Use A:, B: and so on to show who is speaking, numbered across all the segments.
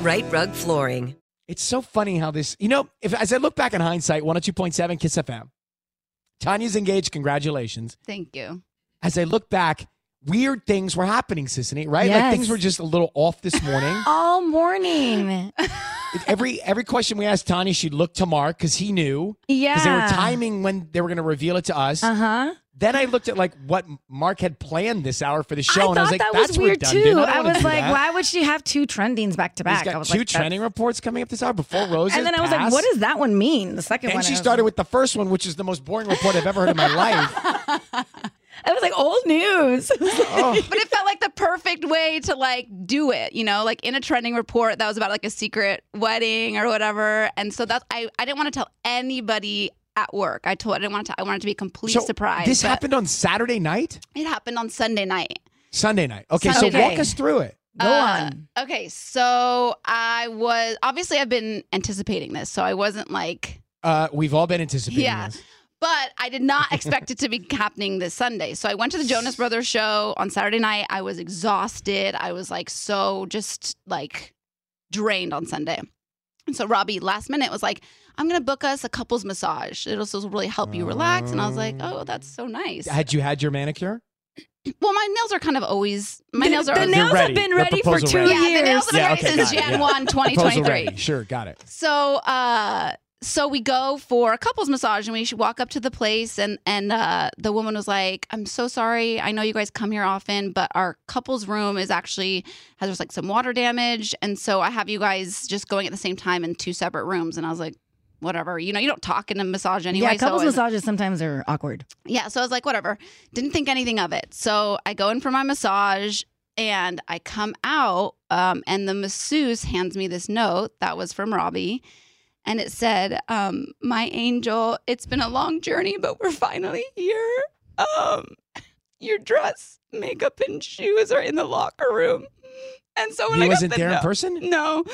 A: Right Rug Flooring.
B: It's so funny how this, you know, if as I look back in hindsight, 102.7 Kiss FM. Tanya's engaged. Congratulations.
C: Thank you.
B: As I look back, weird things were happening, Sissany, right? Like
D: Yes.
B: things were just a little off this morning.
D: All morning.
B: every every question we asked Tanya, she'd look to Mark because he knew. Because they were
D: Yeah.
B: timing when they were going to reveal it to us.
D: Uh huh.
B: Then I looked at like what Mark had planned this hour for the
D: I
B: show,
D: thought
B: and I was like,
D: that
B: "That's
D: was weird
B: redundant.
D: too.
B: don't
D: I,
B: wanna
D: was
B: do
D: like,
B: that."
D: why would she have two trendings back to
B: He's
D: back? I
B: got
D: was
B: two
D: like, that's-
B: trending reports coming up this hour before Rose's.
D: And then I was like,
B: pass.
D: what does that one mean? The second
B: And
D: one.
B: she
D: I was
B: started
D: like-
B: with the first one, which is the most boring report I've ever heard in my life.
D: I was like, old news.
B: Oh,
C: But it felt like the perfect way to like do it, you know, like in a trending report that was about like a secret wedding or whatever. And so that's I, I didn't want to tell anybody at work. I told I didn't want to I wanted to be a complete
B: so
C: surprise.
B: This
C: but
B: happened on Saturday night,
C: it happened on Sunday night.
B: Sunday night. Okay, so
D: Sunday.
B: walk us through it.
D: Go
C: Uh,
D: on.
C: Okay, so I was obviously I've been anticipating this, so I wasn't like
B: Uh, we've all been anticipating
C: Yeah.
B: this.
C: but I did not expect it to be happening this Sunday. So I went to the Jonas Brothers show on Saturday night. I was exhausted. I was like so just like drained on Sunday. And so Robbie last minute was like, I'm gonna book us a couples massage. It'll just really help you relax. And I was like, Oh, that's so nice.
B: Had you had your manicure?
C: well, my nails are kind of always my
D: the,
C: nails are
D: the
B: They're
D: nails
B: ready.
D: have been
B: The
D: ready for
B: proposal
D: two
B: ready.
C: yeah,
D: years.
C: the nails have been
B: Yeah,
C: ready
B: okay,
C: since
B: got it,
C: Jan
B: yeah.
C: 1,
B: Proposal
C: 2023.
B: ready. Sure, got it.
C: So, uh, so we go for a couples massage, and we should walk up to the place, and and uh, the woman was like, "I'm so sorry. I know you guys come here often, but our couples room is actually has there's like some water damage, and so I have you guys just going at the same time in two separate rooms." And I was like. Whatever, you know, you don't talk in a massage anyway.
D: yeah, couples
C: so and-
D: massages sometimes are awkward.
C: yeah, so I was like, whatever. Didn't think anything of it. So I go in for my massage and I come out, um, and the masseuse hands me this note that was from Robbie. And it said, um, My angel, it's been a long journey, but we're finally here. Um, your dress, makeup, and shoes are in the locker room. And so when
B: He
C: I got
B: wasn't
C: the
B: there in
C: note-
B: person?
C: No.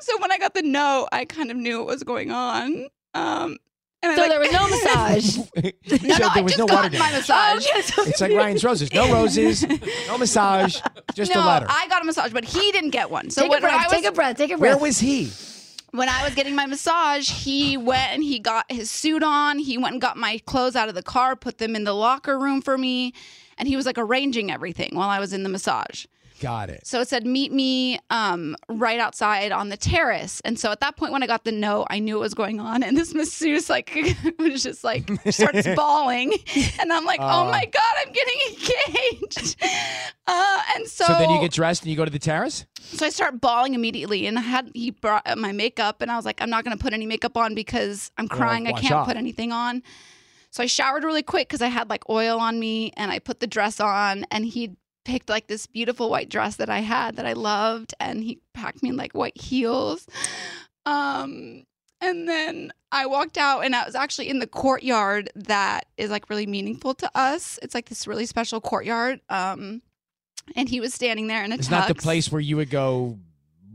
C: So when I got the note, I kind of knew what was going on. Um, and I
D: So
C: like-
D: there was no massage.
B: no,
C: No, no, I just got
B: damage.
C: my massage.
B: It's like Ryan's roses. No roses, no massage, just
C: no,
B: a letter.
C: I got a massage, but he didn't get one. So
D: take,
C: when,
D: a breath,
C: I was,
D: take a breath. Take a breath.
B: Where was he?
C: when I was getting my massage, he went and he got his suit on. He went and got my clothes out of the car, put them in the locker room for me, and he was like arranging everything while I was in the massage.
B: Got it.
C: So it said, "Meet me um, right outside on the terrace." And so at that point, when I got the note, I knew what was going on. And this masseuse like was just like starts bawling, and I'm like, "Oh
B: Aw.
C: my god, I'm getting Uh, a So,
B: so then you get dressed and you go to the terrace?
C: so I start bawling immediately, and I had he brought up my makeup, and I was like, I'm not gonna put any makeup on because I'm
B: Well,
C: crying. I
B: why
C: can't
B: not?
C: put anything on. So I showered really quick because I had like oil on me, and I put the dress on, and he picked like this beautiful white dress that I had that I loved, and he packed me in like white heels. Um, and then I walked out, and I was actually in the courtyard that is like really meaningful to us. It's like this really special courtyard. Um, and he was standing there in a
B: It's
C: tux
B: not the place where you would go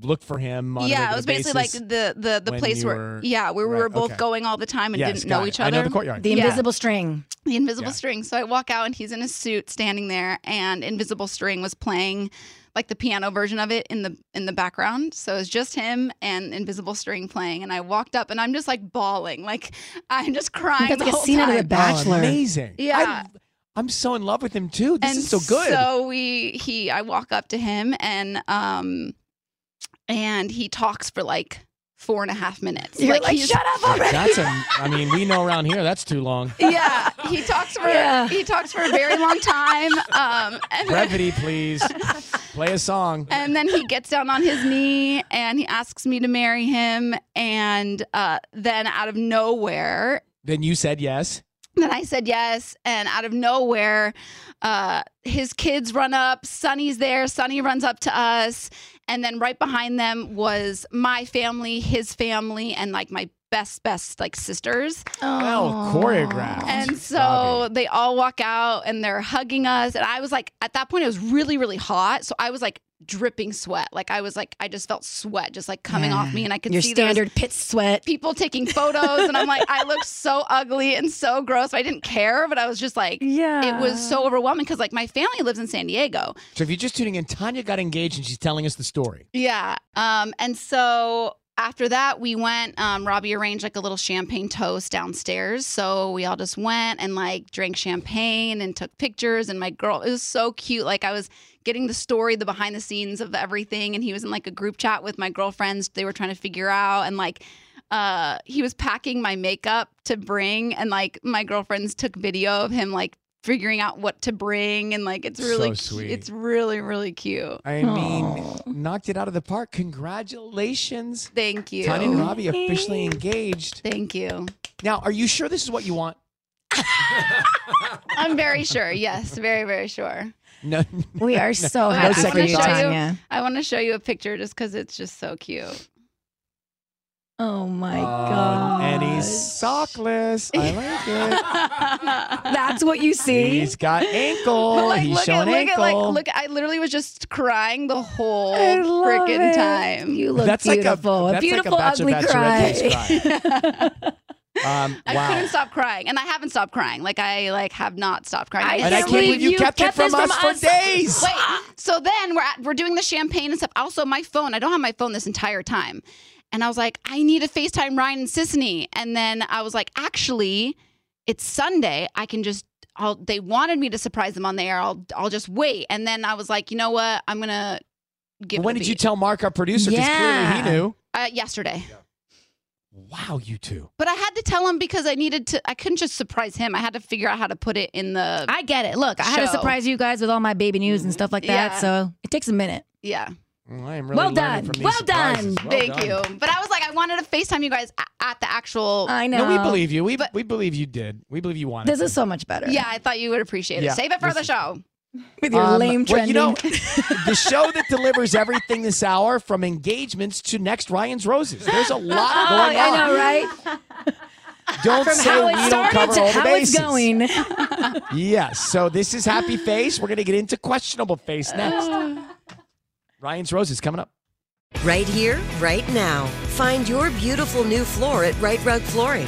B: look for him. On
C: yeah,
B: a
C: it was basically like the the the
B: when
C: place
B: you
C: where
B: were-
C: yeah, where we
B: right,
C: were both
B: okay.
C: going all the time and didn't know each other.
B: I know the courtyard.
D: The
C: Yeah.
D: invisible string.
C: The invisible
B: Yeah.
C: string. So I walk out and he's in a suit standing there and invisible string was playing like the piano version of it in the in the background. So it's just him and invisible string playing and I walked up and I'm just like bawling. Like I'm just crying
D: That's
C: the
D: like a
C: whole
D: scene out
C: time.
D: of The Bachelor.
B: Oh, amazing.
C: Yeah.
B: I, I'm so in love with him too. This
C: and
B: is so good.
C: So we he I walk up to him and um and he talks for like four and a half minutes.
D: You're like,
C: he's-
D: shut up already.
B: that's a, I mean, we know around here that's too long.
C: yeah he talks for
D: Yeah.
C: he talks for a very long time um and then,
B: Brevity, please. Play a song.
C: and then he gets down on his knee and he asks me to marry him and uh then out of nowhere
B: Then you said yes.
C: then I said yes, and out of nowhere, uh, his kids run up. Sonny's there. Sonny runs up to us, and then right behind them was my family, his family, and like my best, best like sisters.
B: Well choreographed.
C: And so
B: Bobby.
C: they all walk out and they're hugging us. And I was like, at that point, it was really, really hot. So I was like dripping sweat. Like I was like, I just felt sweat just like coming off me. And I could
D: Your
C: see there was
D: standard pit sweat.
C: people taking photos. And I'm like, I looked so ugly and so gross. I didn't care, but I was just like,
D: Yeah.
C: it was so overwhelming because like my family lives in San Diego.
B: So if you're just tuning in, Tanya got engaged and she's telling us the story.
C: Yeah. Um, and so after that, we went. Um, Robbie arranged like a little champagne toast downstairs, so we all just went and like drank champagne and took pictures. And my girl, it was so cute. Like I was getting the story, the behind the scenes of everything, and he was in like a group chat with my girlfriends. They were trying to figure out and like. Uh, he was packing my makeup to bring, and like my girlfriends took video of him like figuring out what to bring, and like it's
B: So
C: really, cu-
B: sweet.
C: it's really really cute.
B: I mean, knocked it out of the park. Congratulations.
C: Thank you.
B: Tanya and Robbie officially engaged.
C: Thank you.
B: Now, are you sure this is what you want?
C: I'm very sure. Yes, very, very sure.
B: No.
D: We are so
C: I
D: Oh, happy for
C: wanna
D: you,
C: show you-
D: Tanya.
C: I want to show you a picture just because it's just so cute.
D: Oh my
B: Oh,
D: god.
B: and he's sockless. I like it.
D: That's what you see.
B: He's got ankle.
D: Oh,
C: But like,
B: he's
C: look at,
B: showing
C: look
B: ankle.
C: at, like, look. I literally was just crying the whole
D: I love
C: freaking
D: it.
C: time.
D: You look
B: that's
D: beautiful.
B: like a, that's
D: beautiful
B: like a
D: ugly
B: bachelor, bachelorette's
D: cry.
B: cry. um,
C: I
B: wow.
C: couldn't stop crying, and I haven't stopped crying. Like I like have not stopped crying.
D: I
B: And I
D: can't
B: can't believe you
D: you
B: kept,
D: kept
B: it
D: this
B: from us,
D: from
B: for
D: us.
B: days.
C: Wait. So then we're at, we're doing the champagne and stuff. Also, my phone. I don't have my phone this entire time, and I was like, I need to FaceTime Ryan and Sisney. And then I was like, actually, it's Sunday. I can just. I'll, they wanted me to surprise them on the air. I'll I'll just wait. And then I was like, you know what? I'm gonna give. it
B: when
C: a
B: did you
C: beat.
B: tell Mark, our producer? Because
D: Yeah.
B: clearly he knew.
C: uh, yesterday?
B: Wow, you two.
C: But I had to tell him because I needed to. I couldn't just surprise him. I had to figure out how to put it in the.
D: I get it. Look, I had to
C: Show.
D: surprise you guys with all my baby news and stuff like that.
C: Yeah.
D: So it takes a minute.
C: yeah.
B: Mm, I am really
D: Well
B: learning
D: done.
B: From these
D: Well
B: surprises.
D: done.
B: Well
C: Thank
B: done.
C: you. But I was like, I wanted to FaceTime you guys a- at the actual.
D: I
B: No,
D: know.
B: we believe you. We
C: But-
B: we believe you did. We believe you wanted.
D: This is so much better.
C: yeah, I thought you would appreciate it.
B: Yeah,
C: Save it
B: this
C: for the
B: is-
C: show.
D: With your
B: Um,
D: lame
B: well, you
D: trending.
B: know, the show that delivers everything this hour, from engagements to next Ryan's roses. There's a lot
D: Oh,
B: going
D: I
B: on.
D: know, right?
B: Don't
D: From
B: say
D: how
B: we
D: it started
B: don't cover
D: to
B: all the
D: how
B: bases.
D: it's going.
B: Yes. So this is Happy Face. We're going to get into questionable face next.
D: Uh.
B: Ryan's Roses coming up.
A: Right here, right now. Find your beautiful new floor at Right Rug Flooring.